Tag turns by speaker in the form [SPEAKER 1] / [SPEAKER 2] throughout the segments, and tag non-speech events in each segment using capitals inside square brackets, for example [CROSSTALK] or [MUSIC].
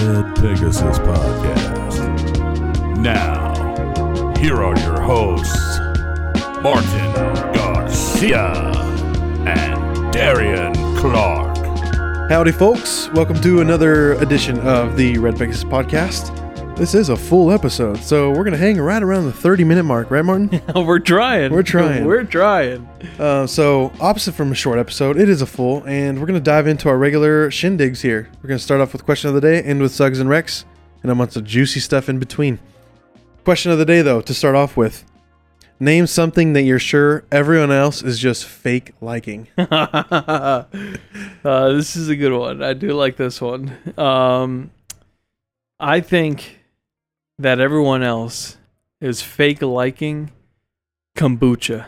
[SPEAKER 1] Pegasus Podcast. Now, here are your hosts, Martin Garcia and Darian Clark.
[SPEAKER 2] Howdy, folks. Welcome to another edition of the Red Pegasus Podcast. This is a full episode, so we're going to hang right around the 30 minute mark, right, [LAUGHS] Martin?
[SPEAKER 3] [LAUGHS] We're trying.
[SPEAKER 2] We're trying.
[SPEAKER 3] We're trying. [LAUGHS]
[SPEAKER 2] uh, so, opposite from a short episode, it is a full, and we're going to dive into our regular shindigs here. We're going to start off with question of the day, end with Suggs and Rex, and a bunch of juicy stuff in between. Question of the day, though, to start off with Name something that you're sure everyone else is just fake liking.
[SPEAKER 3] uh, this is a good one. I do like this one. Um, I think that everyone else is fake liking kombucha.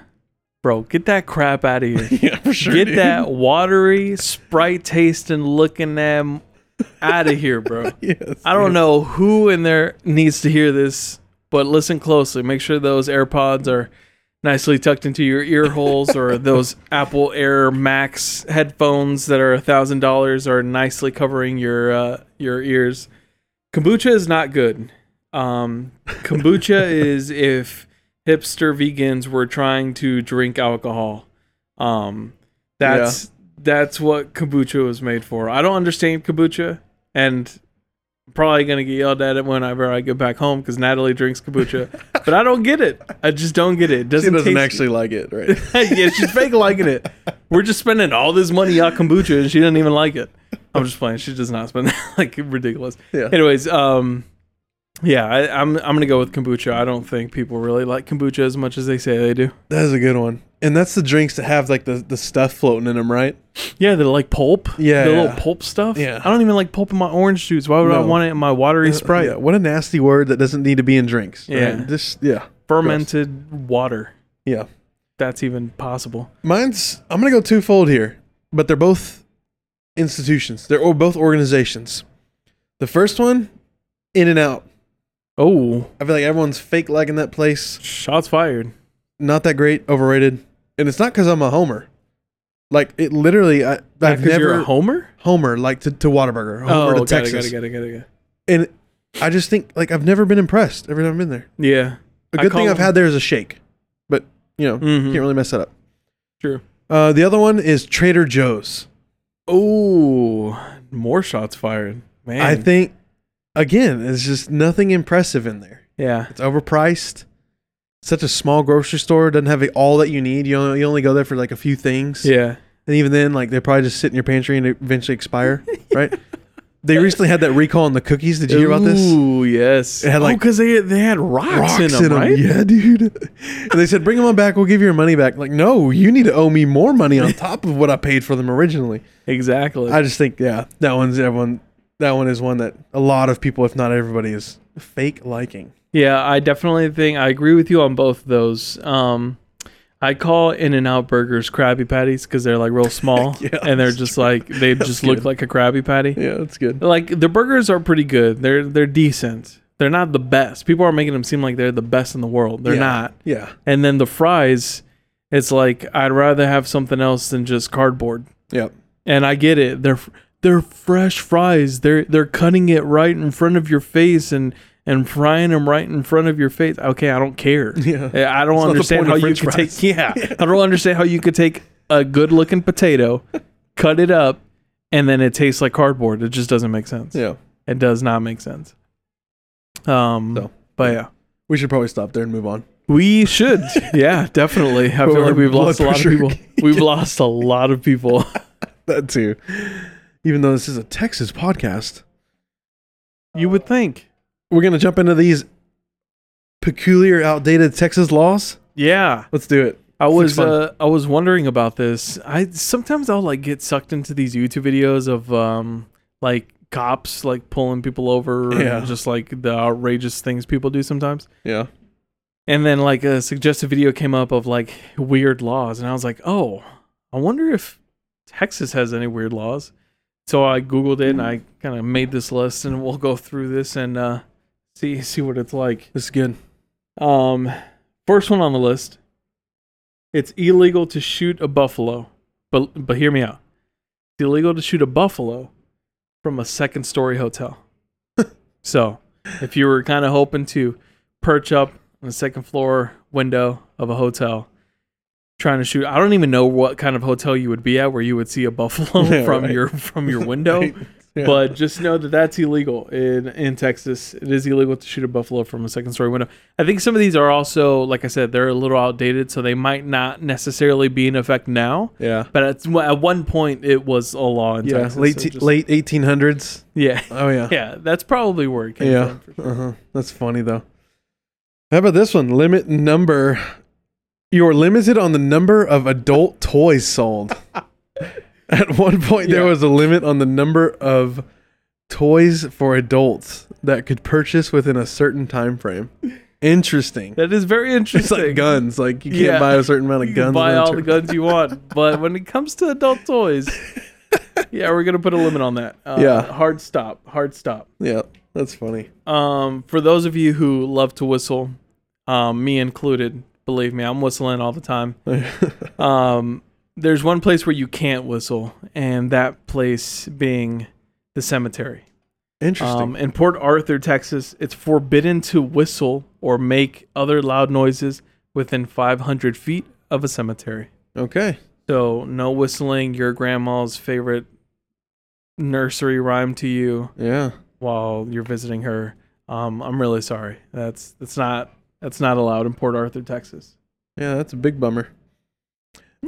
[SPEAKER 3] Bro, get that crap out of here.
[SPEAKER 2] [LAUGHS] yeah, for [LAUGHS] sure.
[SPEAKER 3] get
[SPEAKER 2] [LAUGHS]
[SPEAKER 3] that watery, sprite tasting looking them out of here, bro.
[SPEAKER 2] Yes,
[SPEAKER 3] I don't know who in there needs to hear this, but listen closely. Make sure those AirPods are nicely tucked into your ear holes, or those Apple Air Max headphones that are thousand dollars are nicely covering your uh, your ears. Kombucha is not good. Um, kombucha is if hipster vegans were trying to drink alcohol. Um, that's that's what kombucha was made for. I don't understand kombucha, and I'm probably gonna get yelled at it whenever I get back home because Natalie
[SPEAKER 2] [LAUGHS]
[SPEAKER 3] drinks kombucha, but I don't get it. I just don't get it. it
[SPEAKER 2] She
[SPEAKER 3] doesn't,
[SPEAKER 2] doesn't
[SPEAKER 3] taste-
[SPEAKER 2] actually like it, [LAUGHS] right?
[SPEAKER 3] [LAUGHS] yeah, she's fake liking it. We're just spending all this money on kombucha, and she doesn't even like it. I'm just playing. She does not spend [LAUGHS] that. like ridiculous.
[SPEAKER 2] Yeah.
[SPEAKER 3] Anyways, um, yeah, I, I'm I'm gonna go with kombucha. I don't think people really like kombucha as much as they say they do.
[SPEAKER 2] That is a good one. And that's the drinks that have like the, the stuff floating in them, right?
[SPEAKER 3] Yeah, they like pulp.
[SPEAKER 2] Yeah,
[SPEAKER 3] the
[SPEAKER 2] yeah.
[SPEAKER 3] little pulp stuff.
[SPEAKER 2] Yeah.
[SPEAKER 3] I don't even like pulp in my orange juice. Why would I
[SPEAKER 2] No. Uh,
[SPEAKER 3] want it in my watery Sprite?
[SPEAKER 2] Yeah, what a nasty word that doesn't need to be in drinks.
[SPEAKER 3] Yeah.
[SPEAKER 2] right? This yeah.
[SPEAKER 3] Fermented water.
[SPEAKER 2] Yeah.
[SPEAKER 3] That's even possible.
[SPEAKER 2] Mine's I'm gonna go twofold here, but they're both institutions. They're o- both organizations. The first one, In and Out.
[SPEAKER 3] Oh,
[SPEAKER 2] I feel like everyone's fake liking that place.
[SPEAKER 3] shots fired.
[SPEAKER 2] Not that great, overrated. And it's not because I'm a homer. Like it literally, I, I've
[SPEAKER 3] Because
[SPEAKER 2] never
[SPEAKER 3] you're a homer.
[SPEAKER 2] homer like to, to Whataburger, homer
[SPEAKER 3] oh,
[SPEAKER 2] to Texas,
[SPEAKER 3] got it, got it, got it, got it.
[SPEAKER 2] and I just think like I've never been impressed every time I've been there.
[SPEAKER 3] Yeah.
[SPEAKER 2] A
[SPEAKER 3] I
[SPEAKER 2] good
[SPEAKER 3] call
[SPEAKER 2] thing I've
[SPEAKER 3] them-
[SPEAKER 2] had there is a shake, but you know
[SPEAKER 3] Mhm.
[SPEAKER 2] can't really mess that up.
[SPEAKER 3] True.
[SPEAKER 2] Uh, the other one is Trader Joe's.
[SPEAKER 3] Oh, more shots fired. Man.
[SPEAKER 2] I think again, there's just nothing impressive in there.
[SPEAKER 3] yeah.
[SPEAKER 2] It's overpriced. Such a small grocery store doesn't have all that you need. You only, you only go there for like a few things,
[SPEAKER 3] Yeah.
[SPEAKER 2] and even then, like they probably just sit in your pantry and eventually expire, [LAUGHS] right? They recently had that recall on the cookies. Did you hear about this?
[SPEAKER 3] Ooh, yes.
[SPEAKER 2] It had, like,
[SPEAKER 3] oh, because they, they had rocks, in them, right?
[SPEAKER 2] Yeah, dude. And they said, "Bring them on back. We'll give you your money back." Like, no, you need to owe me more money
[SPEAKER 3] [LAUGHS]
[SPEAKER 2] on top of what I paid for them originally.
[SPEAKER 3] Exactly.
[SPEAKER 2] I just think, yeah, that one's everyone. That one is one that a lot of people, if not everybody, is fake liking.
[SPEAKER 3] Yeah, I definitely think I agree with you on both of those. Um, I call In and Out Burgers Krabby Patties because they're
[SPEAKER 2] [LAUGHS]
[SPEAKER 3] like real small
[SPEAKER 2] Yeah,
[SPEAKER 3] and
[SPEAKER 2] [LAUGHS]
[SPEAKER 3] they're
[SPEAKER 2] that's
[SPEAKER 3] just like they just look
[SPEAKER 2] good.
[SPEAKER 3] like a Krabby Patty.
[SPEAKER 2] Yeah, that's good.
[SPEAKER 3] Like the burgers are pretty good. They're they're decent. They're not the best. People are making them seem like they're the best in the world. They're
[SPEAKER 2] Yeah.
[SPEAKER 3] not.
[SPEAKER 2] Yeah,
[SPEAKER 3] And then the fries, it's like I'd rather have something else than just cardboard.
[SPEAKER 2] yeah,
[SPEAKER 3] And I get it. They're they're fresh fries. They're they're cutting it right in front of your face and and frying them right in front of your face. Okay, I don't care.
[SPEAKER 2] [LAUGHS] Yeah.
[SPEAKER 3] I I don't
[SPEAKER 2] That's not the
[SPEAKER 3] understand
[SPEAKER 2] point
[SPEAKER 3] how
[SPEAKER 2] of
[SPEAKER 3] you
[SPEAKER 2] french
[SPEAKER 3] could
[SPEAKER 2] fries. [LAUGHS]
[SPEAKER 3] take yeah, I don't understand how you could take a good looking potato, cut it up, and then it tastes like cardboard. It just doesn't make sense.
[SPEAKER 2] yeah.
[SPEAKER 3] It does not make sense. Um
[SPEAKER 2] So.
[SPEAKER 3] but yeah.
[SPEAKER 2] We should probably stop there and move on.
[SPEAKER 3] We should. Yeah, definitely.
[SPEAKER 2] [LAUGHS]
[SPEAKER 3] I feel
[SPEAKER 2] Our
[SPEAKER 3] like we've
[SPEAKER 2] blood
[SPEAKER 3] lost a lot of
[SPEAKER 2] pressure. [LAUGHS]
[SPEAKER 3] people. [LAUGHS] We've lost a lot of people.
[SPEAKER 2] That too. Even though this is a Texas podcast,
[SPEAKER 3] [LAUGHS] You would think.
[SPEAKER 2] we're gonna jump into these peculiar, outdated Texas laws.
[SPEAKER 3] Yeah.
[SPEAKER 2] Let's do it.
[SPEAKER 3] I
[SPEAKER 2] Looks
[SPEAKER 3] was
[SPEAKER 2] fun.
[SPEAKER 3] uh, I was wondering about this. I sometimes I'll like get sucked into these YouTube videos of um like cops like pulling people over
[SPEAKER 2] Yeah.
[SPEAKER 3] and just like the outrageous things people do sometimes.
[SPEAKER 2] Yeah.
[SPEAKER 3] And then like a suggested video came up of like weird laws, and I was like, oh, I wonder if Texas has any weird laws. So I googled it and I kind of made this list, and we'll go through this and uh, see see what it's like.
[SPEAKER 2] This is good.
[SPEAKER 3] Um, first one on the list. It's illegal to shoot a buffalo, but but hear
[SPEAKER 2] [LAUGHS]
[SPEAKER 3] me out. It's illegal to shoot a buffalo from a second story hotel. So, if you were kind of hoping to perch up on the second floor window of a hotel, trying to shoot, I don't even know what kind of hotel you would be at where you would see a buffalo
[SPEAKER 2] [LAUGHS] Yeah,
[SPEAKER 3] from
[SPEAKER 2] right.
[SPEAKER 3] your from your window.
[SPEAKER 2] [LAUGHS] Right. Yeah.
[SPEAKER 3] [LAUGHS] But just know that that's illegal in in Texas. It is illegal to shoot a buffalo from a second story window. I think some of these are also, like I said, they're a little outdated, so they might not necessarily be in effect now.
[SPEAKER 2] yeah,
[SPEAKER 3] But at, at one point, it was a law in
[SPEAKER 2] yeah,
[SPEAKER 3] Texas.
[SPEAKER 2] late
[SPEAKER 3] so
[SPEAKER 2] te-
[SPEAKER 3] just-
[SPEAKER 2] late 1800s.
[SPEAKER 3] yeah, [LAUGHS]
[SPEAKER 2] Oh yeah,
[SPEAKER 3] yeah. That's probably where it came
[SPEAKER 2] yeah.
[SPEAKER 3] from. for sure.
[SPEAKER 2] Uh-huh. That's funny though. How about this one? Limit number. You're limited on the number of adult toys
[SPEAKER 3] [LAUGHS]
[SPEAKER 2] sold. At one point, there
[SPEAKER 3] Yeah.
[SPEAKER 2] was a limit on the number of toys for adults that could purchase within a certain time frame.
[SPEAKER 3] [LAUGHS]
[SPEAKER 2] Interesting.
[SPEAKER 3] That is
[SPEAKER 2] [LAUGHS]
[SPEAKER 3] very
[SPEAKER 2] It's
[SPEAKER 3] interesting.
[SPEAKER 2] like guns. Like you can't
[SPEAKER 3] Yeah.
[SPEAKER 2] buy a certain amount of
[SPEAKER 3] you
[SPEAKER 2] guns.
[SPEAKER 3] can buy
[SPEAKER 2] within a
[SPEAKER 3] all the
[SPEAKER 2] certain-
[SPEAKER 3] guns
[SPEAKER 2] [LAUGHS]
[SPEAKER 3] you want, but when it comes to adult toys, yeah, we're gonna put a limit on that. Uh,
[SPEAKER 2] Yeah.
[SPEAKER 3] hard stop. Hard stop.
[SPEAKER 2] Yeah, that's funny.
[SPEAKER 3] um, for those of you who love to whistle, um, me included, believe me, I'm whistling all the time. Um, there's one place where you can't whistle, and that place being the cemetery.
[SPEAKER 2] Interesting.
[SPEAKER 3] Um, in Port Arthur, Texas, it's forbidden to whistle or make other loud noises within 500 feet of a cemetery.
[SPEAKER 2] okay.
[SPEAKER 3] So, no whistling your grandma's favorite nursery rhyme to you
[SPEAKER 2] Yeah.
[SPEAKER 3] while you're visiting her. Um, I'm really sorry. That's that's not that's not allowed in Port Arthur, Texas.
[SPEAKER 2] Yeah, that's a big bummer.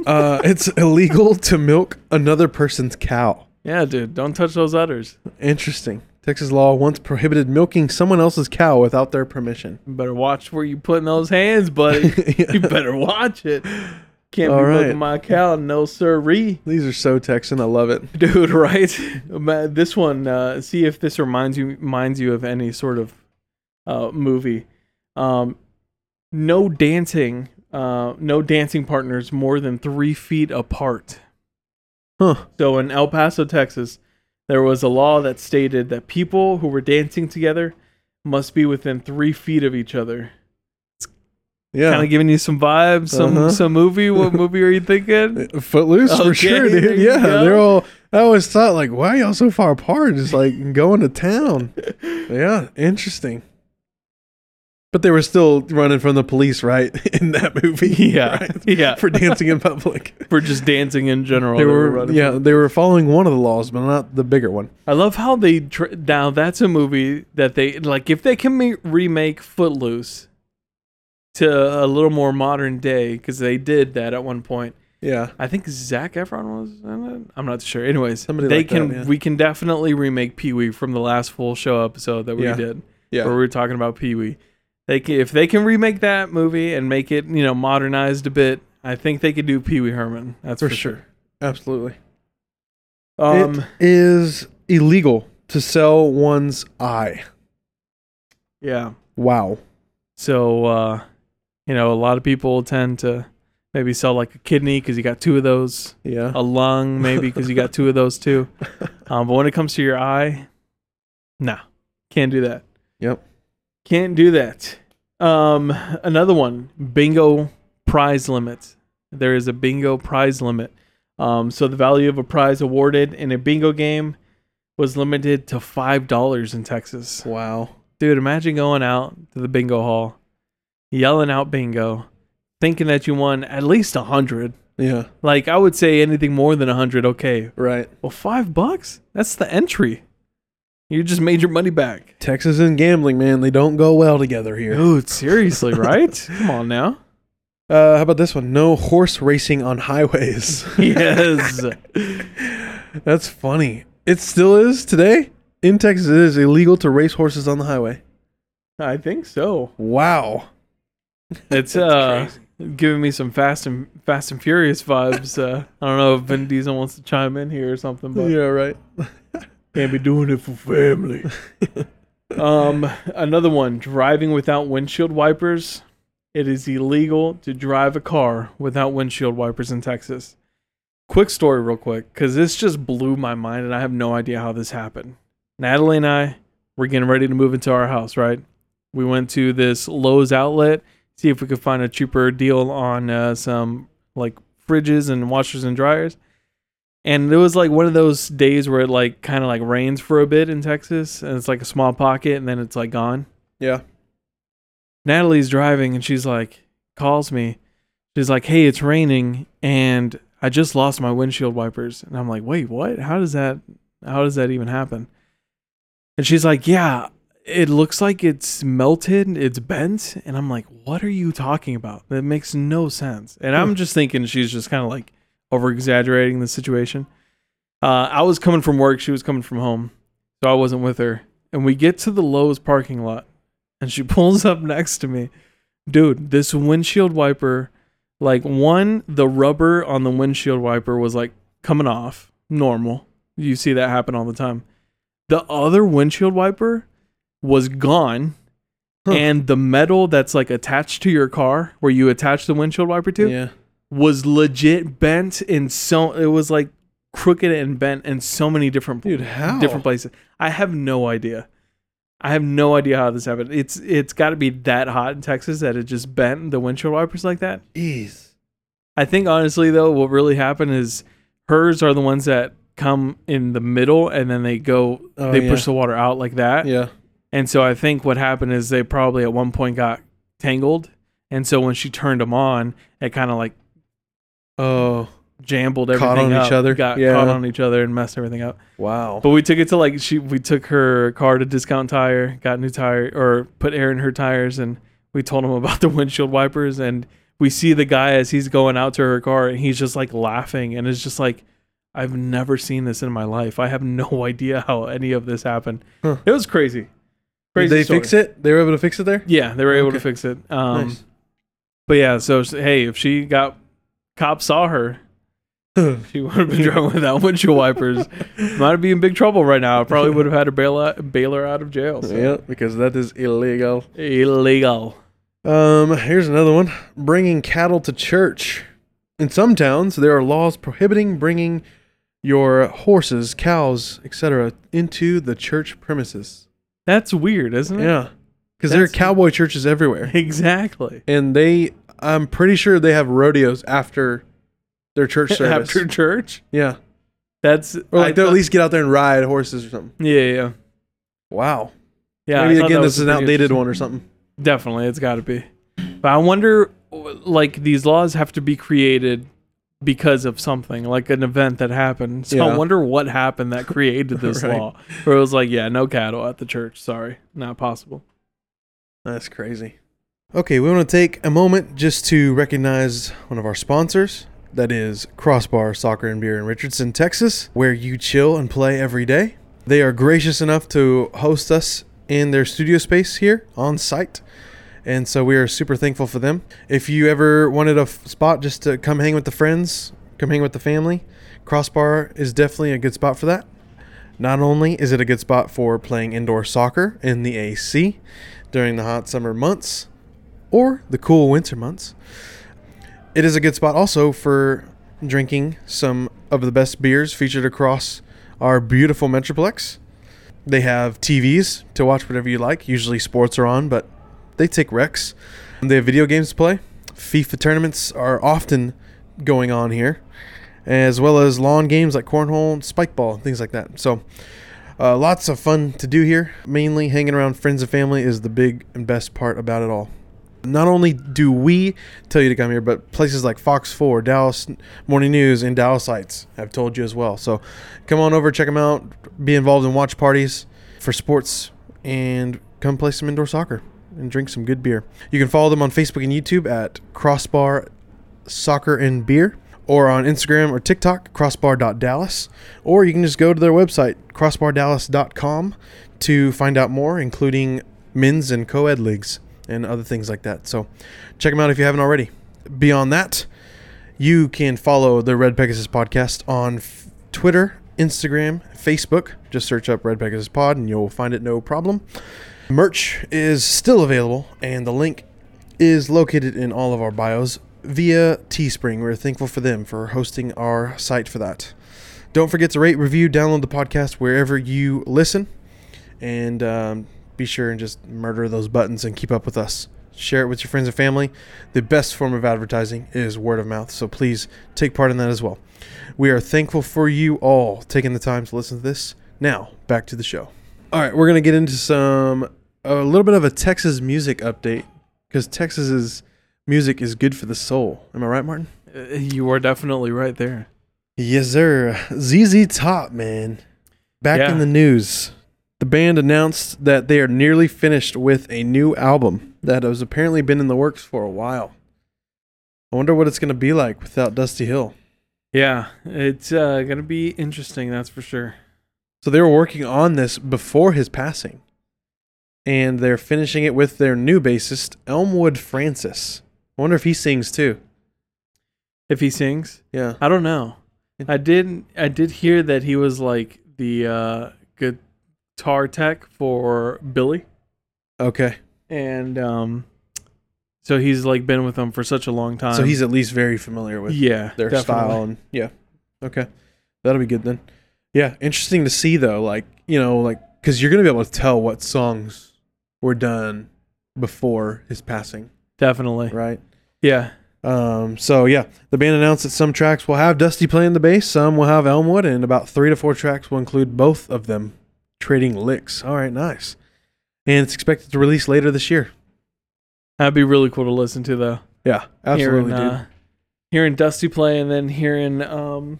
[SPEAKER 2] Uh, it's [LAUGHS] illegal to milk another person's cow.
[SPEAKER 3] Yeah, dude, don't touch those udders.
[SPEAKER 2] Interesting. Texas law once prohibited milking someone else's cow without their permission. [LAUGHS]
[SPEAKER 3] You better watch where you putting those hands, buddy. [LAUGHS] You better watch it. Can't
[SPEAKER 2] All
[SPEAKER 3] be
[SPEAKER 2] right.
[SPEAKER 3] milking my cow, no sirree.
[SPEAKER 2] These are so Texan. I love it.
[SPEAKER 3] Dude, [LAUGHS] right? Ma- This one, uh, see if this reminds you reminds you of any sort of uh, movie. Um, no dancing, uh, no dancing partners more than three feet apart.
[SPEAKER 2] Huh.
[SPEAKER 3] So in El Paso, Texas, there was a law that stated that people who were dancing together must be within three feet of each other. Kind
[SPEAKER 2] Yeah.
[SPEAKER 3] of giving you some vibes, some
[SPEAKER 2] Uh-huh.
[SPEAKER 3] some movie.
[SPEAKER 2] [LAUGHS]
[SPEAKER 3] What movie are you thinking?
[SPEAKER 2] Footloose for
[SPEAKER 3] Okay,
[SPEAKER 2] sure,
[SPEAKER 3] there
[SPEAKER 2] dude.
[SPEAKER 3] you
[SPEAKER 2] Yeah.
[SPEAKER 3] go.
[SPEAKER 2] They're all. I always thought like, why are y'all so far apart? Just like going to town. Yeah. Interesting. But they were still running from the police, right? [LAUGHS] In that movie.
[SPEAKER 3] Yeah,
[SPEAKER 2] [LAUGHS] right?
[SPEAKER 3] [LAUGHS] yeah.
[SPEAKER 2] For dancing in public.
[SPEAKER 3] For just dancing in general.
[SPEAKER 2] they
[SPEAKER 3] that
[SPEAKER 2] were,
[SPEAKER 3] running
[SPEAKER 2] yeah they were following one of the laws but not the bigger one
[SPEAKER 3] I love how they tr- now that's a movie that they like if they can ma- remake Footloose to a little more modern day because they did that at one point.
[SPEAKER 2] yeah
[SPEAKER 3] I think Zach Efron was in it. I'm not sure. Anyways,
[SPEAKER 2] Somebody
[SPEAKER 3] they
[SPEAKER 2] like that,
[SPEAKER 3] can
[SPEAKER 2] yeah.
[SPEAKER 3] we can definitely remake Pee Wee from the last full show episode that we
[SPEAKER 2] Yeah.
[SPEAKER 3] did
[SPEAKER 2] yeah
[SPEAKER 3] where we were talking about Pee Wee. They can, if they can remake that movie and make it you know modernized a bit, I think they could do Pee Wee Herman. That's
[SPEAKER 2] For
[SPEAKER 3] for, sure.
[SPEAKER 2] absolutely
[SPEAKER 3] Um,
[SPEAKER 2] it is illegal to sell one's eye
[SPEAKER 3] yeah.
[SPEAKER 2] wow
[SPEAKER 3] So, uh, you know, a lot of people tend to maybe sell like a kidney because you got two of those,
[SPEAKER 2] yeah
[SPEAKER 3] a lung maybe because you got two of
[SPEAKER 2] [LAUGHS]
[SPEAKER 3] those too. Um, but when it comes to your eye, nah, can't do that.
[SPEAKER 2] Yep.
[SPEAKER 3] Can't do that. Um, another one bingo prize limit. There is a bingo prize limit. Um, so the value of a prize awarded in a bingo game was limited to $5 in Texas
[SPEAKER 2] wow
[SPEAKER 3] dude imagine going out to the bingo hall yelling out bingo thinking that you won at least a hundred
[SPEAKER 2] yeah
[SPEAKER 3] like i would say anything more than a hundred okay
[SPEAKER 2] right
[SPEAKER 3] well five bucks that's the entry you just made your money back
[SPEAKER 2] texas and gambling man they don't go well together here
[SPEAKER 3] dude seriously right come on now
[SPEAKER 2] uh how about this one no horse racing on [LAUGHS] highways
[SPEAKER 3] yes
[SPEAKER 2] that's funny it still is today in texas it is illegal to race horses on the highway
[SPEAKER 3] [LAUGHS] i think so
[SPEAKER 2] wow
[SPEAKER 3] it's uh giving me some fast and fast and furious vibes uh i don't know if vin diesel wants to chime in here or something but
[SPEAKER 2] yeah right
[SPEAKER 3] Can't be doing it for family. um, another one: driving without windshield wipers. It is illegal to drive a car without windshield wipers in Texas. Quick story, real quick, because this just blew my mind, and I have no idea how this happened. Natalie and I were getting ready to move into our house, right? We went to this Lowe's outlet, see if we could find a cheaper deal on uh, some like fridges and washers and dryers. And it was like one of those days where it like kind of like rains for a bit in Texas, and it's like a small pocket, and then it's like gone.
[SPEAKER 2] Yeah.
[SPEAKER 3] Natalie's driving, and she's like calls me. She's like, "Hey, it's raining, and I just lost my windshield wipers." And I'm like, "Wait, what? How does that? How does that even happen?" And she's like, "Yeah, it looks like it's melted, it's bent." And I'm like, "What are you talking about? That makes no sense." And I'm just thinking she's just kind of like over exaggerating the situation. Uh, I was coming from work, she was coming from home, so I wasn't with her. And we get to the Lowe's parking lot, and she [LAUGHS] pulls up next to me. Dude, this windshield wiper, like one, the rubber on the windshield wiper was like coming off, normal. You see that happen all the time. The other windshield wiper was gone,
[SPEAKER 2] Huh.
[SPEAKER 3] and the metal that's like attached to your car, where you attach the windshield wiper to,
[SPEAKER 2] Yeah.
[SPEAKER 3] was legit bent in so it was like crooked and bent in so many different
[SPEAKER 2] Dude, how?
[SPEAKER 3] different places. I have no idea. I have no idea how this happened. It's it's got to be that hot in Texas that it just bent the windshield wipers like that.
[SPEAKER 2] Jeez.
[SPEAKER 3] I think honestly though, what really happened is hers are the ones that come in the middle and then they go
[SPEAKER 2] Oh,
[SPEAKER 3] they
[SPEAKER 2] yeah.
[SPEAKER 3] push the water out like that.
[SPEAKER 2] Yeah.
[SPEAKER 3] And so I think what happened is they probably at one point got tangled. And so when she turned them on, it kind of like
[SPEAKER 2] Oh.
[SPEAKER 3] jambled everything
[SPEAKER 2] Caught on
[SPEAKER 3] up,
[SPEAKER 2] each other.
[SPEAKER 3] got
[SPEAKER 2] Yeah.
[SPEAKER 3] caught on each other and messed everything up
[SPEAKER 2] Wow.
[SPEAKER 3] but we took it to like she we took her car to discount tire got new tire or put air in her tires and we told him about [LAUGHS] the windshield wipers and we see the guy as he's going out to her car and he's just like laughing and it's just like i've never seen this in my life i have [LAUGHS] no idea how any of this happened
[SPEAKER 2] Huh.
[SPEAKER 3] it was crazy
[SPEAKER 2] Did
[SPEAKER 3] crazy
[SPEAKER 2] they fix it? They were able to fix it there?
[SPEAKER 3] yeah they were able to
[SPEAKER 2] Okay.
[SPEAKER 3] fix it um
[SPEAKER 2] nice.
[SPEAKER 3] but yeah so s- hey if she got cops
[SPEAKER 2] [LAUGHS]
[SPEAKER 3] saw her she would have been driving without [LAUGHS] windshield wipers. [LAUGHS] Might be in big trouble right now. Probably would have had to bail out, bail her out of jail. so.
[SPEAKER 2] yeah, because that is illegal.
[SPEAKER 3] Illegal.
[SPEAKER 2] Um, here's another one. Bringing cattle to church. In some towns, there are laws prohibiting bringing your horses, cows, etc., into the church premises.
[SPEAKER 3] That's weird, isn't it?
[SPEAKER 2] Yeah, because there are
[SPEAKER 3] Hmm. That's-
[SPEAKER 2] cowboy churches everywhere,
[SPEAKER 3] Exactly.
[SPEAKER 2] and they, I'm pretty sure they have rodeos after their church service.
[SPEAKER 3] [LAUGHS] After church,
[SPEAKER 2] yeah,
[SPEAKER 3] that's
[SPEAKER 2] or
[SPEAKER 3] I
[SPEAKER 2] like they'll
[SPEAKER 3] thought-
[SPEAKER 2] at least get out there and ride horses or something.
[SPEAKER 3] Yeah, yeah,
[SPEAKER 2] Wow.
[SPEAKER 3] yeah. I
[SPEAKER 2] Maybe
[SPEAKER 3] thought
[SPEAKER 2] again,
[SPEAKER 3] that
[SPEAKER 2] this
[SPEAKER 3] was
[SPEAKER 2] is an
[SPEAKER 3] pretty
[SPEAKER 2] outdated
[SPEAKER 3] interesting-
[SPEAKER 2] one or something.
[SPEAKER 3] Definitely, it's got to be. But I wonder, like, these laws have to be created because of something, like an event that happened. So
[SPEAKER 2] Yeah.
[SPEAKER 3] I wonder what happened that [LAUGHS] created this
[SPEAKER 2] Right.
[SPEAKER 3] law, where it was like, yeah, no cattle at the church. Sorry, not possible.
[SPEAKER 2] That's crazy. Okay, we want to take a moment just to recognize one of our sponsors. That is Crossbar Soccer and Beer in Richardson, Texas, where you chill and play every day. They are gracious enough to host us in their studio space here on site. And so we are super thankful for them. If you ever wanted a f- spot just to come hang with the friends, come hang with the family, Crossbar is definitely a good spot for that. Not only is it a good spot for playing indoor soccer in the AC during the hot summer months or the cool winter months, it is a good spot also for drinking some of the best beers featured across our beautiful Metroplex. They have TVs to watch whatever you like. Usually sports are on, but they take recs. And They have video games to play. FIFA tournaments are often going on here, as well as lawn games like cornhole, spike ball, things like that. So, uh, lots of fun to do here. Mainly hanging around friends and family is the big and best part about it all. Not only do we tell you to come here, but places like Fox 4, Dallas Morning News, and Dallasites have told you as well. So come on over, check them out, be involved in watch parties for sports, and come play some indoor soccer and drink some good beer. You can follow them on Facebook and YouTube at Crossbar soccer and beer or on instagram or tiktok crossbar.dallas or you can just go to their website crossbardallas.com to find out more including men's and co-ed leagues and other things like that so check them out if you haven't already beyond that you can follow the red pegasus podcast on f- twitter instagram facebook just search up red pegasus pod and you'll find it no problem merch is still available and the link is located in all of our bios via Teespring. We're thankful for them for hosting our site for that. Don't forget to rate, review, download the podcast wherever you listen, and um, be sure and just murder those buttons and keep up with us. share it with your friends and family. The best form of advertising is word of mouth, so please take part in that as well. We are thankful for you all taking the time to listen to this. Now, back to the show. All right, we're going to get into some a little bit of a Texas music update because Texas's music is good for the soul. Am I right, Martin?
[SPEAKER 3] Uh, You are definitely right there.
[SPEAKER 2] Yes, sir. ZZ Top, man. Back
[SPEAKER 3] Yeah.
[SPEAKER 2] in the news. The band announced that they are nearly finished with a new album that has apparently been in the works for a while. I wonder what it's going to be like without Dusty Hill.
[SPEAKER 3] Yeah, it's uh, gonna be interesting. That's for sure.
[SPEAKER 2] So they were working on this before his passing. And they're finishing it with their new bassist, Elmwood Francis. I wonder if he sings too.
[SPEAKER 3] If he sings,
[SPEAKER 2] Yeah.
[SPEAKER 3] I don't know. I did. I did hear that he was like the uh, guitar tech for Billy,
[SPEAKER 2] Okay.
[SPEAKER 3] and um, so he's like been with them for such a long time.
[SPEAKER 2] so he's at least very familiar with
[SPEAKER 3] yeah,
[SPEAKER 2] their
[SPEAKER 3] definitely.
[SPEAKER 2] style and yeah okay that'll be good then yeah interesting to see though like you know like because you're gonna be able to tell what songs were done before his passing
[SPEAKER 3] Definitely.
[SPEAKER 2] right
[SPEAKER 3] Yeah.
[SPEAKER 2] um so yeah the band announced that some tracks will have dusty playing the bass some will have elmwood and about three to four tracks will include both of them trading licks all right nice and it's expected to release later this year
[SPEAKER 3] That'd be really cool to listen to though.
[SPEAKER 2] yeah absolutely
[SPEAKER 3] hearing,
[SPEAKER 2] dude
[SPEAKER 3] uh, hearing Dusty play and then hearing um,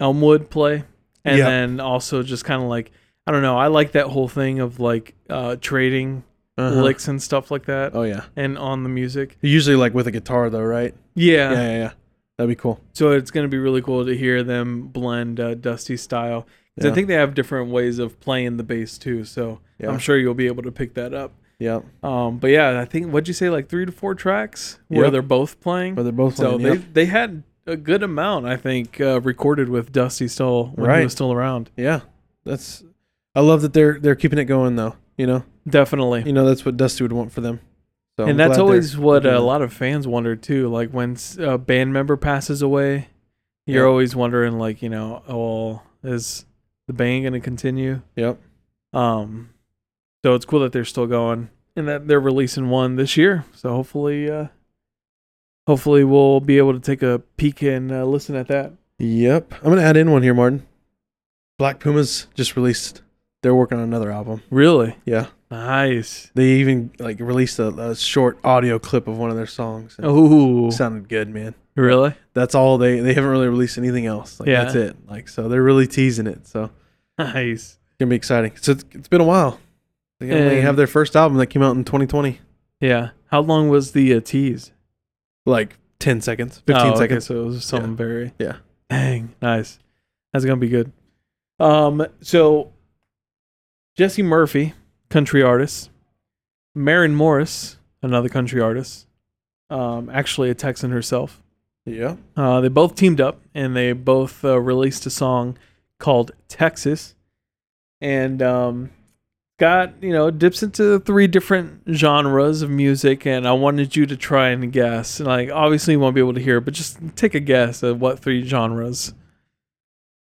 [SPEAKER 3] Elmwood play, and
[SPEAKER 2] Yeah.
[SPEAKER 3] then also just kind of like I don't know. I like that whole thing of like uh, trading
[SPEAKER 2] Uh-huh.
[SPEAKER 3] licks and stuff like that,
[SPEAKER 2] oh yeah
[SPEAKER 3] and on the music.
[SPEAKER 2] usually like with a guitar though right yeah
[SPEAKER 3] Yeah.
[SPEAKER 2] yeah, yeah. that'd be cool
[SPEAKER 3] So it's gonna be really cool to hear them blend uh, Dusty's style. 'Cause
[SPEAKER 2] Yeah.
[SPEAKER 3] I think they have different ways of playing the bass too. So
[SPEAKER 2] Yeah.
[SPEAKER 3] I'm sure you'll be able to pick that up.
[SPEAKER 2] yeah
[SPEAKER 3] Um, but yeah, I think what'd you say, like three to four tracks where
[SPEAKER 2] Yep.
[SPEAKER 3] they're both playing.
[SPEAKER 2] but they're both
[SPEAKER 3] so
[SPEAKER 2] playing, yep.
[SPEAKER 3] they they had a good amount, I think, uh, recorded with Dusty still when
[SPEAKER 2] Right.
[SPEAKER 3] he was still around.
[SPEAKER 2] Yeah, that's. I love that they're they're keeping it going though. You know,
[SPEAKER 3] Definitely.
[SPEAKER 2] you know that's what Dusty would want for them. So I'm
[SPEAKER 3] and that's
[SPEAKER 2] glad
[SPEAKER 3] always
[SPEAKER 2] they're
[SPEAKER 3] what uh,
[SPEAKER 2] doing
[SPEAKER 3] a
[SPEAKER 2] that.
[SPEAKER 3] lot of fans wonder too. Like when s- a band member passes away, you're
[SPEAKER 2] Yeah.
[SPEAKER 3] always wondering, like, you know, oh, well, is the band going to continue?
[SPEAKER 2] Yep.
[SPEAKER 3] Um, so it's cool that they're still going and that they're releasing one this year. So hopefully, uh, hopefully we'll be able to take a peek and uh, listen at that.
[SPEAKER 2] Yep. I'm gonna add in one here, Martin. Black Pumas just released. They're working on another album.
[SPEAKER 3] Really
[SPEAKER 2] Yeah,
[SPEAKER 3] nice.
[SPEAKER 2] they even like released a, a short audio clip of one of their songs. and
[SPEAKER 3] Oh,
[SPEAKER 2] it sounded good, man.
[SPEAKER 3] really?
[SPEAKER 2] That's all they they haven't really released anything else. Like,
[SPEAKER 3] Yeah.
[SPEAKER 2] that's it. Like so, they're really teasing it. So it's
[SPEAKER 3] [LAUGHS] Nice.
[SPEAKER 2] gonna be exciting. So it's, it's been a while. They only
[SPEAKER 3] And-
[SPEAKER 2] have their first album that came out in 2020.
[SPEAKER 3] Yeah. How long was the uh, tease?
[SPEAKER 2] Like 10 seconds, 15
[SPEAKER 3] Oh, okay,
[SPEAKER 2] seconds.
[SPEAKER 3] so it was something very.
[SPEAKER 2] Yeah.
[SPEAKER 3] Dang, nice. That's gonna be good. Um, so Jesse Murphy, country artist. Marin Morris, another country artist. Um, actually a Texan herself.
[SPEAKER 2] Yeah.
[SPEAKER 3] Uh, they both teamed up and they both uh, released a song called Texas. And um, got, you know, dips into three different genres of music. And I wanted you to try and guess. And, like, obviously, you won't be able to hear, but just take a guess at what three genres.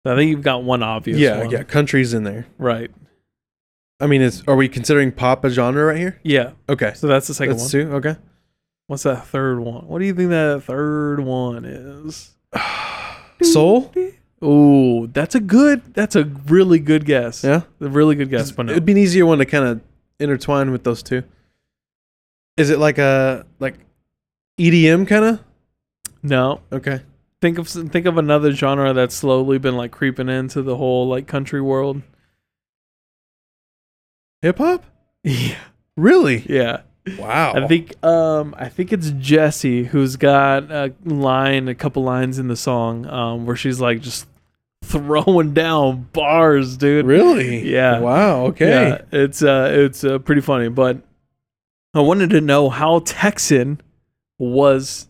[SPEAKER 3] I think you've got one obvious
[SPEAKER 2] yeah,
[SPEAKER 3] one.
[SPEAKER 2] yeah, country's in there.
[SPEAKER 3] Right.
[SPEAKER 2] I mean, it's are we considering pop a genre right here?
[SPEAKER 3] Yeah.
[SPEAKER 2] Okay,
[SPEAKER 3] So that's the second
[SPEAKER 2] that's
[SPEAKER 3] one.
[SPEAKER 2] two. Okay,
[SPEAKER 3] What's that third one? What do you think that third one is?
[SPEAKER 2] soul.
[SPEAKER 3] Oh, that's a good, that's a really good guess.
[SPEAKER 2] Yeah,
[SPEAKER 3] A really good guess, but no.
[SPEAKER 2] it'd be an easier one to kind of intertwine with those two. Is it like a like E EDM kind of?
[SPEAKER 3] No.
[SPEAKER 2] Okay,
[SPEAKER 3] Think of some- think of another genre that's slowly been like creeping into the whole like country world. [LAUGHS]
[SPEAKER 2] hip hop.
[SPEAKER 3] Yeah.
[SPEAKER 2] Really?
[SPEAKER 3] Yeah.
[SPEAKER 2] Wow.
[SPEAKER 3] I think um I think it's Jesse who's got a line, a couple lines in the song um where she's like just throwing down bars, dude.
[SPEAKER 2] really.
[SPEAKER 3] Yeah.
[SPEAKER 2] Wow. Okay.
[SPEAKER 3] Yeah, it's uh it's uh, pretty funny, but I wanted to know how Texan was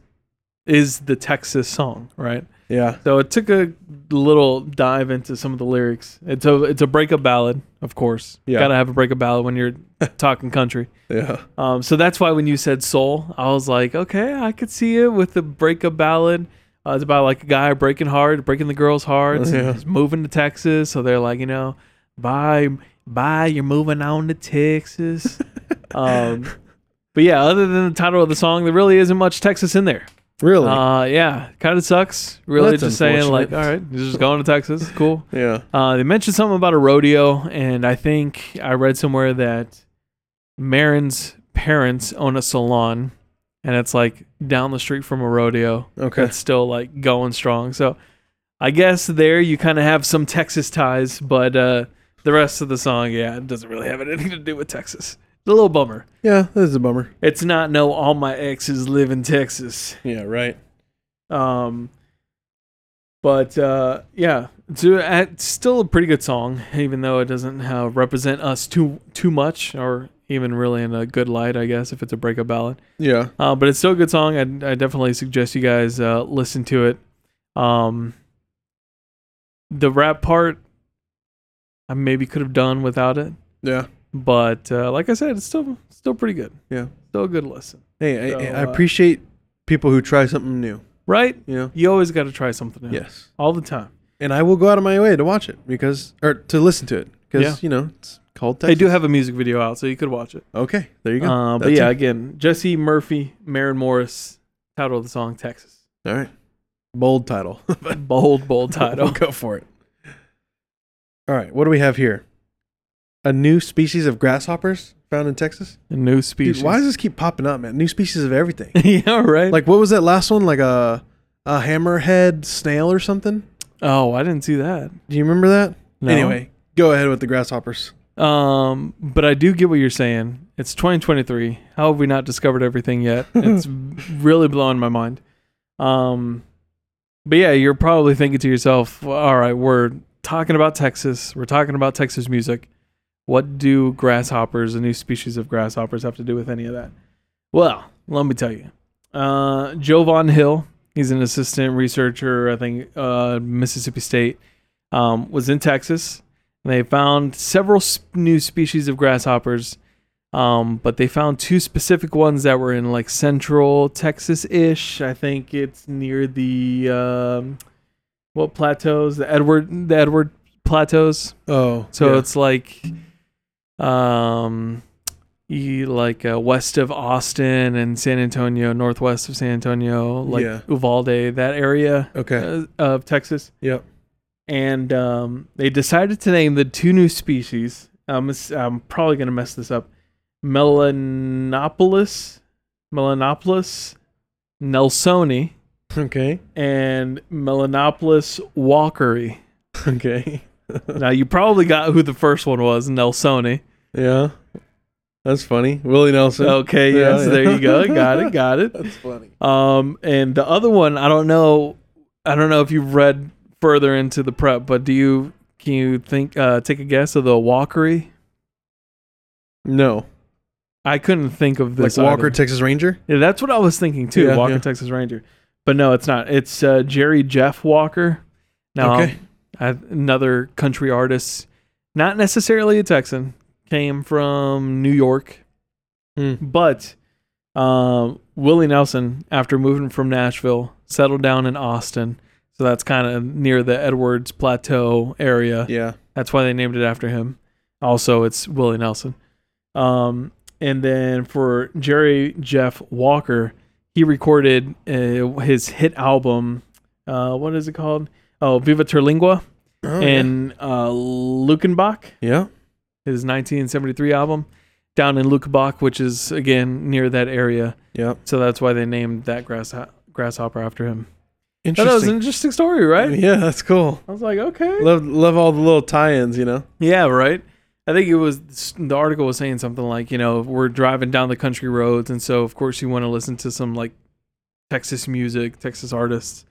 [SPEAKER 3] is the Texas song, right?
[SPEAKER 2] Yeah.
[SPEAKER 3] So it took a little dive into some of the lyrics. It's a it's a breakup ballad, of course.
[SPEAKER 2] Yeah.
[SPEAKER 3] Gotta have a breakup
[SPEAKER 2] [LAUGHS]
[SPEAKER 3] ballad when you're talking country.
[SPEAKER 2] Yeah.
[SPEAKER 3] Um, so that's why when you said soul, I was like, okay, I could see it with the breakup ballad. Uh, it's about like a guy breaking hard, breaking the girls' hearts.
[SPEAKER 2] Oh, Yeah.
[SPEAKER 3] and He's moving to Texas, so they're like, you know,
[SPEAKER 2] [LAUGHS]
[SPEAKER 3] bye, bye, you're moving on to Texas. um, But yeah, other than the title of the song, there really isn't much Texas in there.
[SPEAKER 2] Really?
[SPEAKER 3] Uh, yeah, kind of sucks. Really,
[SPEAKER 2] that's
[SPEAKER 3] just saying like, all
[SPEAKER 2] unfortunate.
[SPEAKER 3] right, you're just going to Texas, cool.
[SPEAKER 2] yeah.
[SPEAKER 3] Uh, they mentioned something about a rodeo, and I think I read somewhere that Marin's parents own a salon, and it's like down the street from a rodeo
[SPEAKER 2] Okay.
[SPEAKER 3] that's still like going strong. So I guess there you kind of have some Texas ties, but uh, the rest of the song, yeah, it doesn't really have anything to do with Texas. It's a little bummer.
[SPEAKER 2] Yeah, that is a bummer.
[SPEAKER 3] It's not no all my exes live in Texas.
[SPEAKER 2] Yeah, right.
[SPEAKER 3] Um, but uh, yeah, it's, uh, it's still a pretty good song, even though it doesn't uh, represent us too too much, or even really in a good light, I guess, if it's a breakup ballad.
[SPEAKER 2] Yeah.
[SPEAKER 3] Uh, but it's still a good song. I, I definitely suggest you guys uh, listen to it. Um, the rap part, I maybe could have done without it,
[SPEAKER 2] Yeah.
[SPEAKER 3] but uh, like I said, it's still still pretty good.
[SPEAKER 2] Yeah.
[SPEAKER 3] still a good listen,
[SPEAKER 2] Hey, I,
[SPEAKER 3] So,
[SPEAKER 2] I
[SPEAKER 3] uh,
[SPEAKER 2] appreciate people who try something new,
[SPEAKER 3] right?
[SPEAKER 2] you know?
[SPEAKER 3] You always got to try something else,
[SPEAKER 2] Yes.
[SPEAKER 3] all the time.
[SPEAKER 2] And I will go out of my way to watch it because, or to listen to it because,
[SPEAKER 3] Yeah.
[SPEAKER 2] you know, it's called
[SPEAKER 3] They
[SPEAKER 2] Texas.
[SPEAKER 3] do have a music video out, so you could watch it.
[SPEAKER 2] Okay. There you go.
[SPEAKER 3] Uh, but
[SPEAKER 2] That's
[SPEAKER 3] yeah,
[SPEAKER 2] it.
[SPEAKER 3] again, Jesse Murphy, Marin Morris, title of the song Texas.
[SPEAKER 2] All right. Bold title. [LAUGHS]
[SPEAKER 3] Bold, bold
[SPEAKER 2] We'll [LAUGHS]
[SPEAKER 3] title.
[SPEAKER 2] go for it. All right. What do we have here? A new species of grasshoppers found in Texas?
[SPEAKER 3] A new species.
[SPEAKER 2] Dude, why does this keep popping up, man? New species of everything. [LAUGHS]
[SPEAKER 3] [LAUGHS] yeah, right. Like,
[SPEAKER 2] like, what was that last one? Like a, a hammerhead snail or something?
[SPEAKER 3] oh, I didn't see that.
[SPEAKER 2] Do you remember that?
[SPEAKER 3] No.
[SPEAKER 2] Anyway, go ahead with the grasshoppers.
[SPEAKER 3] Um, but I do get what you're saying. It's 2023. How have we not discovered everything yet? It's really blowing my mind. Um, but yeah, you're probably thinking to yourself, "Well, all right, we're talking about Texas. We're talking about Texas music. What do grasshoppers, a new species of grasshoppers, have to do with any of that? Well, let me tell you. Uh, Joe Von Hill, he's an assistant researcher, I think, uh, Mississippi State, um, was in Texas. And they found several sp- new species of grasshoppers, um, but they found two specific ones that were in like central Texas ish. I think it's near the um, what plateaus? The Edward the Edward plateaus.
[SPEAKER 2] Oh,
[SPEAKER 3] So
[SPEAKER 2] yeah.
[SPEAKER 3] it's like, um, you like uh, west of Austin and San Antonio, northwest of San Antonio, like
[SPEAKER 2] Yeah.
[SPEAKER 3] Uvalde, that area
[SPEAKER 2] okay.
[SPEAKER 3] uh, of Texas.
[SPEAKER 2] Yep.
[SPEAKER 3] And um, they decided to name the two new species. Um, it's- I'm probably gonna mess this up. Melanopolis, Melanopolis, Nelsoni, [LAUGHS]
[SPEAKER 2] Okay.
[SPEAKER 3] and Melanopolis walkeri.
[SPEAKER 2] Okay.
[SPEAKER 3] now you probably got who the first one was, Nelsoni.
[SPEAKER 2] Yeah. That's funny. Willie Nelson.
[SPEAKER 3] Okay,
[SPEAKER 2] Yeah,
[SPEAKER 3] yes,
[SPEAKER 2] yeah.
[SPEAKER 3] there you go. Got it, got it.
[SPEAKER 2] That's funny.
[SPEAKER 3] Um, and the other one, I don't know, I don't know if you've read further into the prep, but do you can you think uh, take a guess of the walkery?
[SPEAKER 2] No.
[SPEAKER 3] I couldn't think of
[SPEAKER 2] Like
[SPEAKER 3] this.
[SPEAKER 2] Walker,
[SPEAKER 3] either.
[SPEAKER 2] Texas Ranger?
[SPEAKER 3] yeah, that's what I was thinking too.
[SPEAKER 2] Yeah,
[SPEAKER 3] Walker,
[SPEAKER 2] yeah.
[SPEAKER 3] Texas Ranger, but no, it's not. It's uh, Jerry Jeff Walker. Now,
[SPEAKER 2] Okay.
[SPEAKER 3] I, another country artist, not necessarily a Texan, came from New York,
[SPEAKER 2] Hmm.
[SPEAKER 3] but um, Willie Nelson, after moving from Nashville, settled down in Austin. So that's kind of near the Edwards Plateau area.
[SPEAKER 2] Yeah.
[SPEAKER 3] That's why they named it after him. Also, it's Willie Nelson. Um, and then for Jerry Jeff Walker, he recorded uh, his hit album. Uh, what is it called? Oh, Viva Terlingua
[SPEAKER 2] Oh,
[SPEAKER 3] in uh, Luckenbach,
[SPEAKER 2] yeah.
[SPEAKER 3] his 1973 album, down in Luckenbach, which is again near that area.
[SPEAKER 2] Yeah. Yep.
[SPEAKER 3] So that's why they named that grass grasshopper after him. That was an
[SPEAKER 2] Interesting.
[SPEAKER 3] interesting story, right?
[SPEAKER 2] yeah, that's cool.
[SPEAKER 3] I was like, okay,
[SPEAKER 2] Love love all the little tie-ins, you know.
[SPEAKER 3] yeah, right. I think it was the article was saying something like, you know, we're driving down the country roads, and so of course you want to listen to some like Texas music, Texas artists,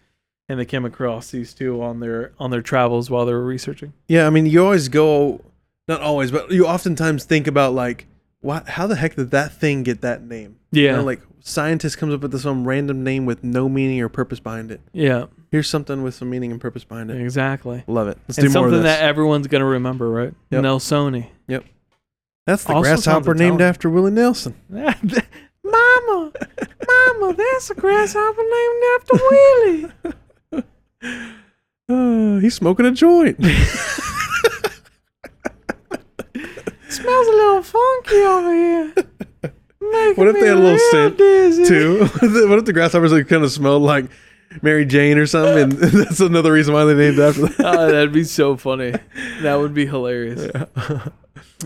[SPEAKER 3] and they came across these two on their on their travels while they were researching.
[SPEAKER 2] Yeah, I mean, you always go, not always, but you oftentimes think about like, what? How the heck did that thing get that name? You
[SPEAKER 3] Yeah,
[SPEAKER 2] know, like scientist comes up with some random name with no meaning or purpose behind it.
[SPEAKER 3] yeah,
[SPEAKER 2] Here's something with some meaning and purpose behind it.
[SPEAKER 3] exactly.
[SPEAKER 2] Love it. Let's
[SPEAKER 3] and
[SPEAKER 2] do more of
[SPEAKER 3] something
[SPEAKER 2] this.
[SPEAKER 3] that everyone's gonna remember, right?
[SPEAKER 2] Yep.
[SPEAKER 3] Nelsoni.
[SPEAKER 2] That's the
[SPEAKER 3] also sounds
[SPEAKER 2] grasshopper named
[SPEAKER 3] Italian.
[SPEAKER 2] after Willie Nelson.
[SPEAKER 3] [LAUGHS] Mama, [LAUGHS] Mama, that's a grasshopper named after Willie.
[SPEAKER 2] Uh, [SIGHS] he's smoking a
[SPEAKER 3] [LAUGHS]
[SPEAKER 2] joint.
[SPEAKER 3] [LAUGHS] Smells a little funky over here.
[SPEAKER 2] What if they had a little scent too? [LAUGHS] What if the- what if the grasshoppers like, kind of smelled like Mary Jane or something? And [LAUGHS] that's another reason why they named it after
[SPEAKER 3] [LAUGHS]
[SPEAKER 2] that.
[SPEAKER 3] Oh, that'd be so funny. That would be hilarious.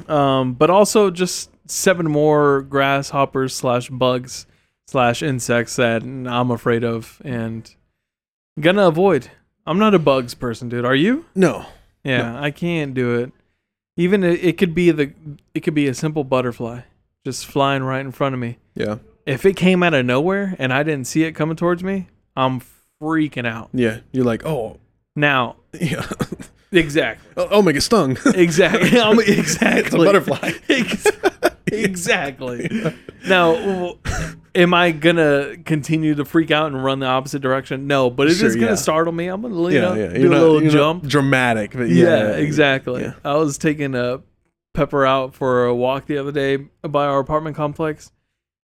[SPEAKER 3] um, but also just seven more grasshoppers slash bugs slash insects that I'm afraid of and gonna avoid. I'm not a bugs person, dude. Are you?
[SPEAKER 2] No.
[SPEAKER 3] Yeah, I can't do it. Even it, it could be the it could be a simple butterfly just flying right in front of me.
[SPEAKER 2] Yeah.
[SPEAKER 3] If it came out of nowhere and I didn't see it coming towards me, I'm freaking out.
[SPEAKER 2] Yeah. You're like, oh,
[SPEAKER 3] Now,
[SPEAKER 2] yeah. [LAUGHS]
[SPEAKER 3] exactly.
[SPEAKER 2] oh, oh, make it
[SPEAKER 3] [LAUGHS]
[SPEAKER 2] stung.
[SPEAKER 3] Exactly. I'm- exactly.
[SPEAKER 2] [LAUGHS] It's a butterfly.
[SPEAKER 3] Ex-
[SPEAKER 2] [LAUGHS]
[SPEAKER 3] exactly. Now, w- am I gonna continue to freak out and run the opposite direction? No, but it's
[SPEAKER 2] Sure,
[SPEAKER 3] just gonna
[SPEAKER 2] yeah.
[SPEAKER 3] startle me. I'm gonna lean
[SPEAKER 2] Yeah,
[SPEAKER 3] up,
[SPEAKER 2] yeah.
[SPEAKER 3] do a little
[SPEAKER 2] you're not
[SPEAKER 3] jump.
[SPEAKER 2] Dramatic, but
[SPEAKER 3] yeah,
[SPEAKER 2] yeah,
[SPEAKER 3] exactly.
[SPEAKER 2] yeah.
[SPEAKER 3] I was taking a pepper out for a walk the other day by our apartment complex.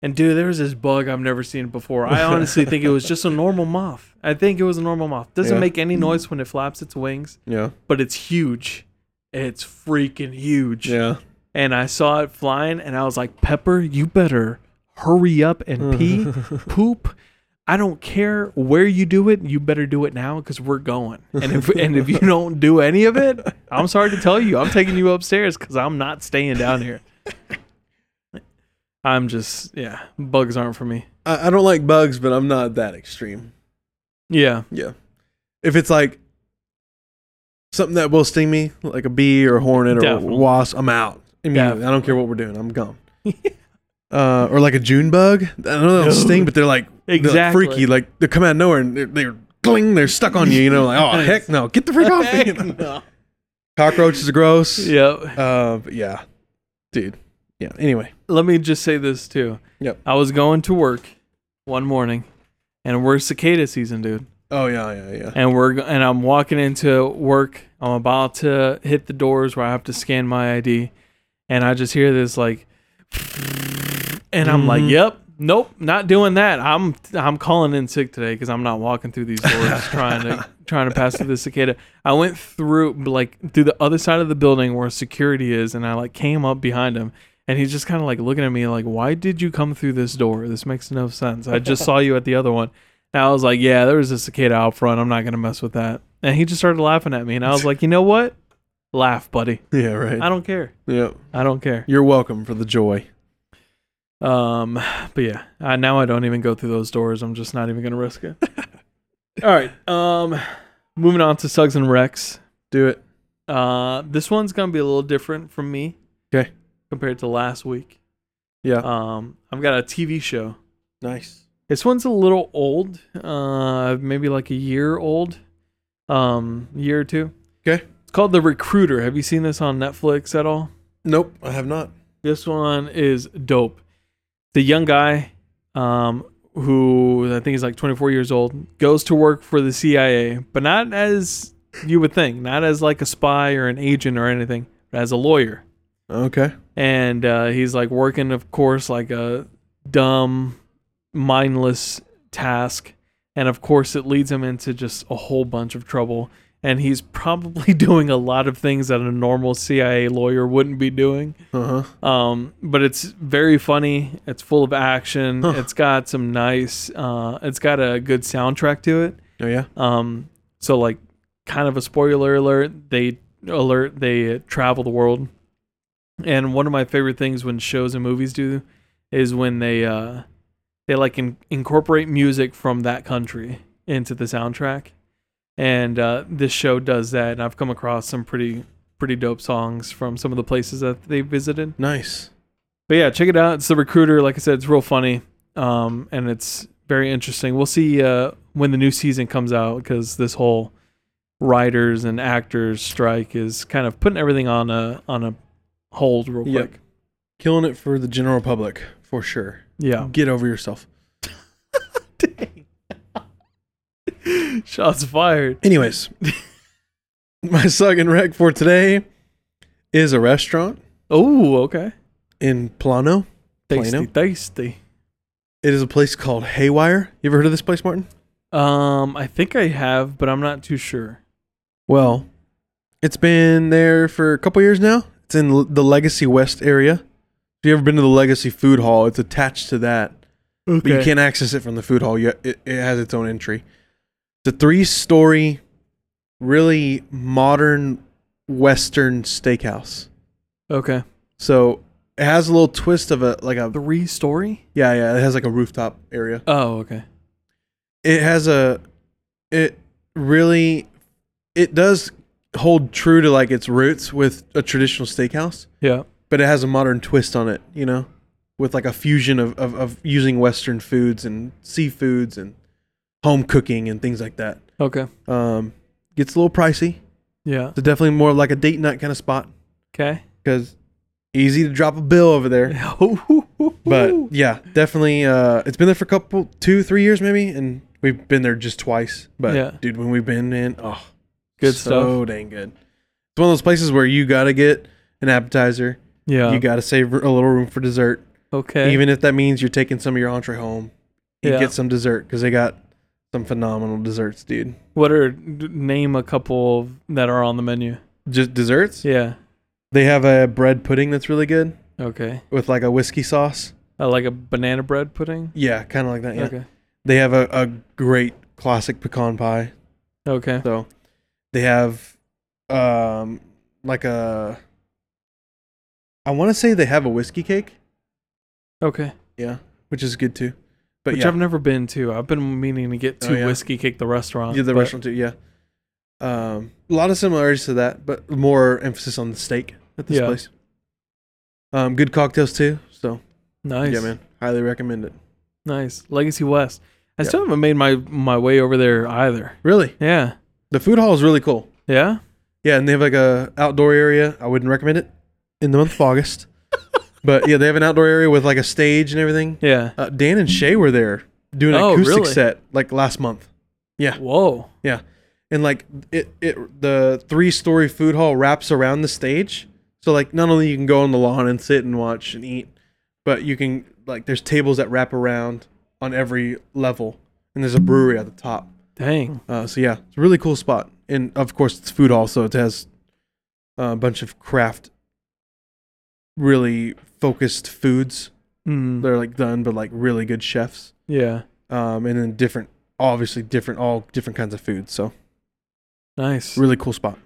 [SPEAKER 3] And dude, there was this bug I've never seen before. I honestly think it was just a normal moth. I think it was a normal moth. Doesn't
[SPEAKER 2] Yeah. Mm.
[SPEAKER 3] make any noise when it flaps its wings
[SPEAKER 2] Yeah.
[SPEAKER 3] but it's huge. It's freaking huge.
[SPEAKER 2] Yeah.
[SPEAKER 3] And I saw it flying and I was like, Pepper, you better hurry up and pee,
[SPEAKER 2] [LAUGHS]
[SPEAKER 3] poop. I don't care where you do it, you better do it now because we're going. And if and if you don't do any of it, I'm sorry to tell you, I'm taking you upstairs because I'm not staying down here. I'm just yeah, bugs aren't for me.
[SPEAKER 2] I, I don't like bugs, but I'm not that extreme.
[SPEAKER 3] Yeah,
[SPEAKER 2] Yeah. If it's like something that will sting me, like a bee or a hornet or
[SPEAKER 3] Definitely.
[SPEAKER 2] a wasp, I'm out. Immediately. I don't care what we're doing. I'm
[SPEAKER 3] [LAUGHS]
[SPEAKER 2] gone. uh, or like a June bug. I know they'll sting, but they're like they're, like,
[SPEAKER 3] Exactly.
[SPEAKER 2] freaky. Like they come out of nowhere and they're, they're cling, they're stuck on you. You know, like
[SPEAKER 3] [LAUGHS]
[SPEAKER 2] oh heck no, get the freak off me. you [LAUGHS] know? Cockroaches are gross.
[SPEAKER 3] Yep.
[SPEAKER 2] Uh, but yeah, dude. Yeah. Anyway.
[SPEAKER 3] let me just say this too.
[SPEAKER 2] Yep.
[SPEAKER 3] I was going to work one morning, and we're cicada season, dude.
[SPEAKER 2] Oh yeah, yeah,
[SPEAKER 3] [LAUGHS]
[SPEAKER 2] yeah.
[SPEAKER 3] And we're go- and I'm walking into work. I'm about to hit the doors where I have to scan my ID, and I just hear this like, and I'm like,
[SPEAKER 2] Mhm.
[SPEAKER 3] "Yep, nope, not doing that. I'm I'm calling in sick today because I'm not walking through these doors trying to trying to pass through the cicada. I went through like through the other side of the building where security is, and I like came up behind him, and he's just kind of like looking at me like, "Why did you come through this door? This makes no sense. I just saw you at the other one." And I was like, "Yeah, there was a cicada out front. I'm not gonna mess with that." And he just started laughing at me, and I was like, "You know what? Laugh, buddy.
[SPEAKER 2] Yeah. Right.
[SPEAKER 3] I don't care.
[SPEAKER 2] Yep.
[SPEAKER 3] I don't care."
[SPEAKER 2] You're welcome for the joy.
[SPEAKER 3] Um, but yeah, I, now I don't even go through those doors. I'm just not even gonna risk it. All right. Um, moving on to Suggs and Rex.
[SPEAKER 2] Do it.
[SPEAKER 3] Uh, this one's gonna be a little different from me.
[SPEAKER 2] 'Kay.
[SPEAKER 3] Compared to last week.
[SPEAKER 2] Yeah.
[SPEAKER 3] Um, I've got a TV show.
[SPEAKER 2] nice.
[SPEAKER 3] This one's a little old. Uh, maybe like a year old. Um, year or two.
[SPEAKER 2] 'Kay.
[SPEAKER 3] It's called The Recruiter. Have you seen this on Netflix at all?
[SPEAKER 2] Nope. I have not.
[SPEAKER 3] This one is dope. The young guy, um, who I think is like 24 years old, goes to work for the CIA, but not as you would think, not as like a spy or an agent or anything, but as a lawyer.
[SPEAKER 2] Okay.
[SPEAKER 3] And uh, he's like working, of course, like a dumb, mindless task. And of course, it leads him into just a whole bunch of trouble. And he's [LAUGHS] probably doing a lot of things that a normal CIA lawyer wouldn't be doing.
[SPEAKER 2] Uh huh.
[SPEAKER 3] Um, but it's very funny. It's full of action.
[SPEAKER 2] Huh.
[SPEAKER 3] It's got some nice. Uh, it's got a good soundtrack to it.
[SPEAKER 2] Oh yeah.
[SPEAKER 3] Um, so like, kind of a spoiler alert. They alert. They travel the world. And one of my favorite things when shows and movies do is when they uh, they like in- incorporate music from that country into the soundtrack. And uh, this show does that. And I've come across some pretty pretty dope songs from some of the places that they visited.
[SPEAKER 2] Nice.
[SPEAKER 3] But yeah, check it out. It's the recruiter. Like I said, it's real funny, um, and it's very interesting. We'll see uh, when the new season comes out because this whole writers and actors strike is kind of putting everything on a on a hold real
[SPEAKER 2] Yep.
[SPEAKER 3] quick.
[SPEAKER 2] Killing it for the general public for sure.
[SPEAKER 3] Yeah. [LAUGHS]
[SPEAKER 2] Get over yourself.
[SPEAKER 3] Shots fired.
[SPEAKER 2] Anyways, [LAUGHS] my suck and wreck for today is a restaurant
[SPEAKER 3] Oh, okay.
[SPEAKER 2] in Plano.
[SPEAKER 3] Tasty,
[SPEAKER 2] Plano?
[SPEAKER 3] tasty.
[SPEAKER 2] It is a place called Haywire. You ever heard of this place, Martin?
[SPEAKER 3] Um, I think I have, but I'm not too sure.
[SPEAKER 2] Well, it's been there for a couple years now. It's in l- the Legacy West area. If you ever been to the Legacy Food Hall, it's attached to that, but you can't access it from the food hall. You, it, it has its own entry. It's a three-story, really modern Western steakhouse.
[SPEAKER 3] Okay.
[SPEAKER 2] So it has a little twist of a like a
[SPEAKER 3] Three story?
[SPEAKER 2] yeah yeah. It has like a rooftop area.
[SPEAKER 3] Oh, okay.
[SPEAKER 2] it has a it really it does hold true to like its roots with a traditional steakhouse
[SPEAKER 3] Yeah.
[SPEAKER 2] but it has a modern twist on it you know with like a fusion of, of, of using western foods and seafoods and home cooking and things like that
[SPEAKER 3] Okay.
[SPEAKER 2] um gets a little pricey
[SPEAKER 3] Yeah.
[SPEAKER 2] it's definitely more like a date night kind of spot
[SPEAKER 3] [LAUGHS] Okay.
[SPEAKER 2] because easy to drop a bill over
[SPEAKER 3] [LAUGHS]
[SPEAKER 2] there but yeah definitely uh it's been there for a couple two three years maybe and we've been there just twice but
[SPEAKER 3] Yeah.
[SPEAKER 2] dude when we've been in oh
[SPEAKER 3] good stuff.
[SPEAKER 2] So dang good. It's one of those places where you gotta get an appetizer.
[SPEAKER 3] Yeah.
[SPEAKER 2] you gotta save a little room for dessert,
[SPEAKER 3] okay.
[SPEAKER 2] even if that means you're taking some of your entree home. You
[SPEAKER 3] Yeah.
[SPEAKER 2] get some dessert because they got some phenomenal desserts, dude.
[SPEAKER 3] what are d- name a couple of- that are on the menu?
[SPEAKER 2] Just desserts.
[SPEAKER 3] Yeah.
[SPEAKER 2] They have a bread pudding that's really good
[SPEAKER 3] Okay.
[SPEAKER 2] with like a whiskey sauce.
[SPEAKER 3] Uh, like a banana bread pudding.
[SPEAKER 2] Yeah, kind of like that. Yeah.
[SPEAKER 3] Okay.
[SPEAKER 2] They have a, a great classic pecan pie.
[SPEAKER 3] Okay.
[SPEAKER 2] So they have um like a I want to say they have a whiskey cake.
[SPEAKER 3] Okay.
[SPEAKER 2] Yeah, which is good too. But
[SPEAKER 3] Which
[SPEAKER 2] yeah,
[SPEAKER 3] I've never been to. I've been meaning to get
[SPEAKER 2] Oh,
[SPEAKER 3] to
[SPEAKER 2] yeah.
[SPEAKER 3] Whiskey Cake, the restaurant.
[SPEAKER 2] yeah, the
[SPEAKER 3] but-
[SPEAKER 2] restaurant too. Yeah, um, a lot of similarities to that, but more emphasis on the steak at this
[SPEAKER 3] Yeah.
[SPEAKER 2] place. Um, good cocktails too. So
[SPEAKER 3] Nice.
[SPEAKER 2] yeah, man, highly recommend it.
[SPEAKER 3] Nice. Legacy West. I
[SPEAKER 2] Yeah.
[SPEAKER 3] still haven't made my my way over there either.
[SPEAKER 2] Really,
[SPEAKER 3] Yeah.
[SPEAKER 2] the food hall is really cool.
[SPEAKER 3] Yeah.
[SPEAKER 2] Yeah, and they have like a outdoor area. I wouldn't recommend it in the month of
[SPEAKER 3] [LAUGHS]
[SPEAKER 2] August, but yeah, they have an outdoor area with like a stage and everything.
[SPEAKER 3] Yeah.
[SPEAKER 2] Uh, Dan and Shay were there doing an
[SPEAKER 3] Oh,
[SPEAKER 2] acoustic
[SPEAKER 3] really?
[SPEAKER 2] set like last month.
[SPEAKER 3] Whoa.
[SPEAKER 2] and like it, it the three story food hall wraps around the stage so like not only you can go on the lawn and sit and watch and eat but you can like there's tables that wrap around on every level and there's a brewery at the top
[SPEAKER 3] Dang.
[SPEAKER 2] uh, so yeah it's a really cool spot and of course it's food hall so it has uh, a bunch of craft really focused foods
[SPEAKER 3] Mm.
[SPEAKER 2] they're like done but like really good chefs
[SPEAKER 3] Yeah.
[SPEAKER 2] um, and then different obviously different all different kinds of food so
[SPEAKER 3] Nice.
[SPEAKER 2] really cool spot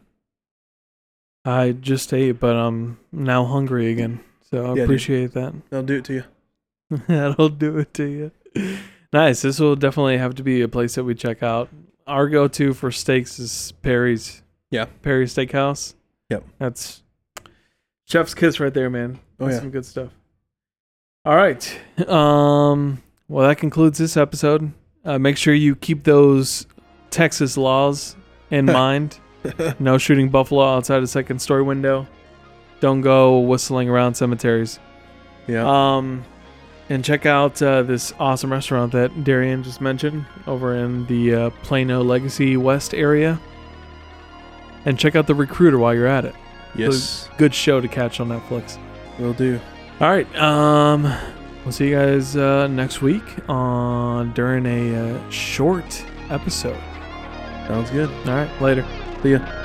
[SPEAKER 3] I just ate, but I'm now hungry again. So I
[SPEAKER 2] dude.
[SPEAKER 3] appreciate that.
[SPEAKER 2] i'll do it to you
[SPEAKER 3] [LAUGHS] That'll do it to you. Nice. This will definitely have to be a place that we check out. Our go-to for steaks is Perry's.
[SPEAKER 2] Yeah.
[SPEAKER 3] Perry's Steakhouse.
[SPEAKER 2] Yep.
[SPEAKER 3] That's chef's kiss right there, man.
[SPEAKER 2] Oh,
[SPEAKER 3] That's
[SPEAKER 2] yeah.
[SPEAKER 3] some good stuff. All right. Um. Well, that concludes this episode. Uh, make sure you keep those Texas laws
[SPEAKER 2] [LAUGHS]
[SPEAKER 3] in mind. No shooting buffalo outside a second story window. Don't go whistling around cemeteries.
[SPEAKER 2] yeah.
[SPEAKER 3] Um, and check out uh, this awesome restaurant that Darian just mentioned over in the uh, Plano Legacy West area. And check out The Recruiter while you're at it.
[SPEAKER 2] yes,
[SPEAKER 3] Good show to catch on Netflix.
[SPEAKER 2] will do.
[SPEAKER 3] All right. Um, we'll see you guys uh, next week on during a uh, short episode.
[SPEAKER 2] Sounds good.
[SPEAKER 3] All right. Later.
[SPEAKER 2] See ya.